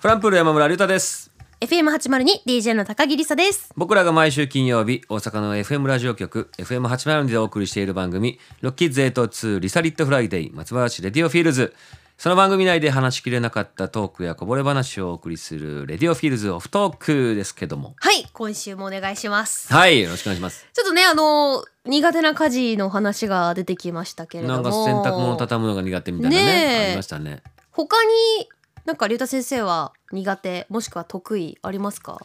フランプール山村隆太です FM802 DJ の高木りさです僕らが毎週金曜日大阪の FM ラジオ局 FM802 でお送りしている番組「ロッキーズ802リサリットフライデー松林レディオフィールズ」その番組内で話しきれなかったトークやこぼれ話をお送りする「レディオフィールズオフトーク」ですけどもはい今週もお願いしますはいよろしくお願いしますちょっとねあのー苦手な家事の話が出てきましたけれどなもんか洗濯物畳むのが苦手みたいなねねえありましたね他になんか竜太先生は苦手もしくは得意ありますか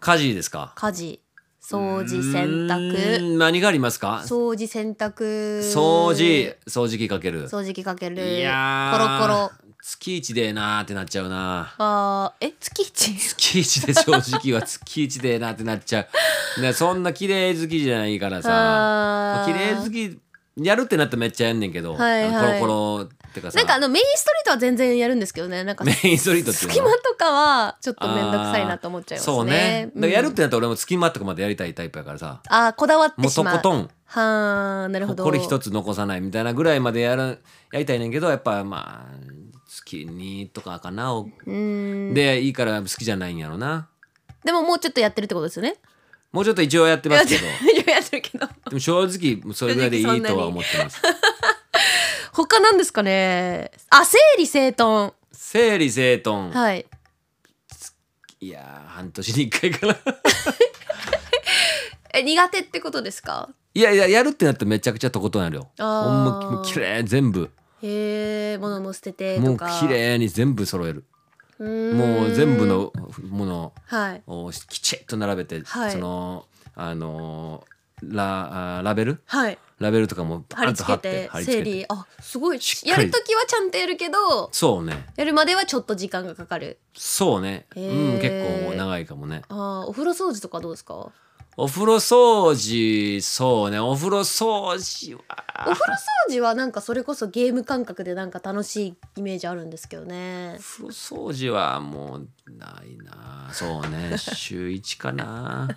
家事ですか家事掃除洗う濯ーん何がありますか掃除洗濯掃除掃除機かける掃除機かけるいやコローコロ月一でえなーってなっちゃうなあーえ月一月一で正直は月一でえなーってなっちゃうねそんな綺麗好きじゃないからさま ああー綺麗好きやるってなったらめっちゃやんねんけど、はいはいあのコロコロってかさなんかあのメインストリートは全然やるですけどねなんかメインストリートっていう隙の間とかはちょっと面倒くさいなと思っちゃいますね。そうね、だんからやるってなったら俺も隙間とかまでやりたいタイプやからさあーこだわってもうしとまう。ことんはあなるほど。これ一つ残さないみたいなぐらいまでやるやりたいねんけどやっぱまあ月にとかかなおうーんででいいから好きじゃないんやろなももうちょっとやってるってことですよね。もうちょっと一応やって ますけどいややってるけどでも正直それぐらいでいいとは思ってます。他なんですかね。あ整理整頓整理整頓、はい。い、やー半年に1回かなえ苦手ってことですか。 いやいややるってなったらめちゃくちゃとことんやるよあーほんまもう綺麗全部へえ物も捨ててもとうか。綺麗に全部揃えるうーんもう全部のものはいをきちっと並べて、はいそのあのーラあーラベルはいラベルとかもバ貼ーりンと付貼けってて貼り付整けて理あすごいしっかりやるときはちゃんとやるけどそうねやるまではちょっと時間がかかる。そうね、へーうん結構長いかもねああ、お風呂掃除とかどうですか。おお風呂掃除そうねお風呂掃除は風呂掃除はなんかそれこそゲーム感覚でなんか楽しいイメージあるんですけどねお。風呂掃除はもうないなそう ね週1かな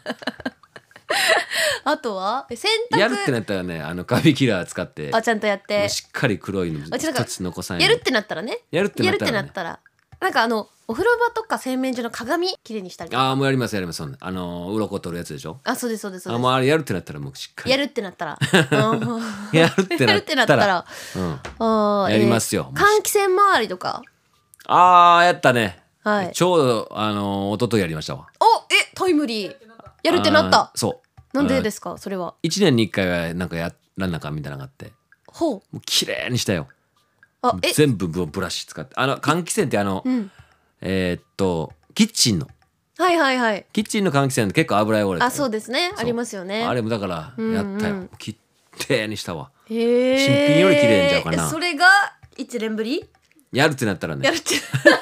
あとはえ洗濯やるってなったらねあのカビキラー使ってあちゃんとやっもてうしっかり黒いのあちょっと一つ残さないやるってなったらね。やるってやなっるったてら、なねっ、たらなんかあのお風呂場とか洗面所の鏡きれいにしたりとか。ああもうやりますやりますそんなあの鱗取るやつでしょあそうですそうですそあうもでうあれやるってなったらもうしっかす。りやるって なったら。うんやるってやなるっったらてなったら。うん、あーやりますよえー換気扇周りとか。ああやったね、はいちょうどあの一昨日やりましたわおえタイムリー。やるってなっあたー。そうなんでうんですかそれは。 1年に1回はなんかやらなあかんみたいなのがあってほう。もう綺麗にしたよあえ全部ブラシ使ってあの換気扇ってあの、うん。えーっとキッチンのはいはいはい。キッチンの換気扇って結構油汚れてるあそうですねそうありますよねあれもだからやったうんうよきれいにしたわへー新品より綺麗なんちゃうかなそれが一年ぶりやるってなったらねやるって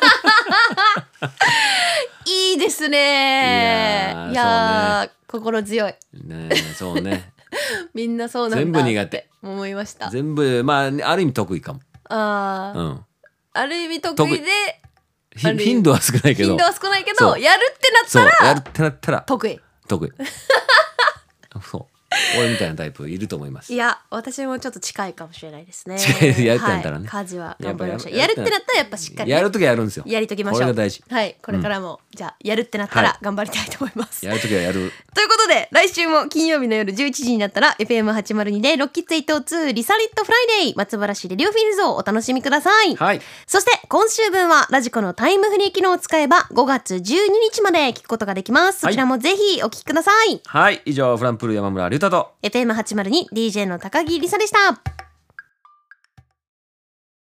いいですねいやーいやー心強いねそうね みんなそうなんだ全部苦手思いました全部まあある意味得意かもあー、うんある意味得意でひある意味頻度は少ないけど頻度は少ないけそどうやるってなったそうらやるってなったら得意得意 そう俺みたいなタイプいると思いますいや私もちょっと近いかもしれないですね近いですやるってなったらねはい、家事は頑張りましょうややっるぱってやるなったらやっぱしっかりね、やるときはやるんですよやりときましょこうれが大事はいこれからも、じゃあやるってなったはらい頑張りたいと思います、やるときはやるということで来週も金曜日の夜11時になったら FM802 でロッキーツイート2リサリットフライデー松原市レディオフィールズをお楽しみください、はいそして今週分はラジコのタイムフリー機能を使えば5月12日まで聞くことができますそはいちらもぜひお聞きください、はい以上フランプール山村隆太と FM802DJ の高木りさでした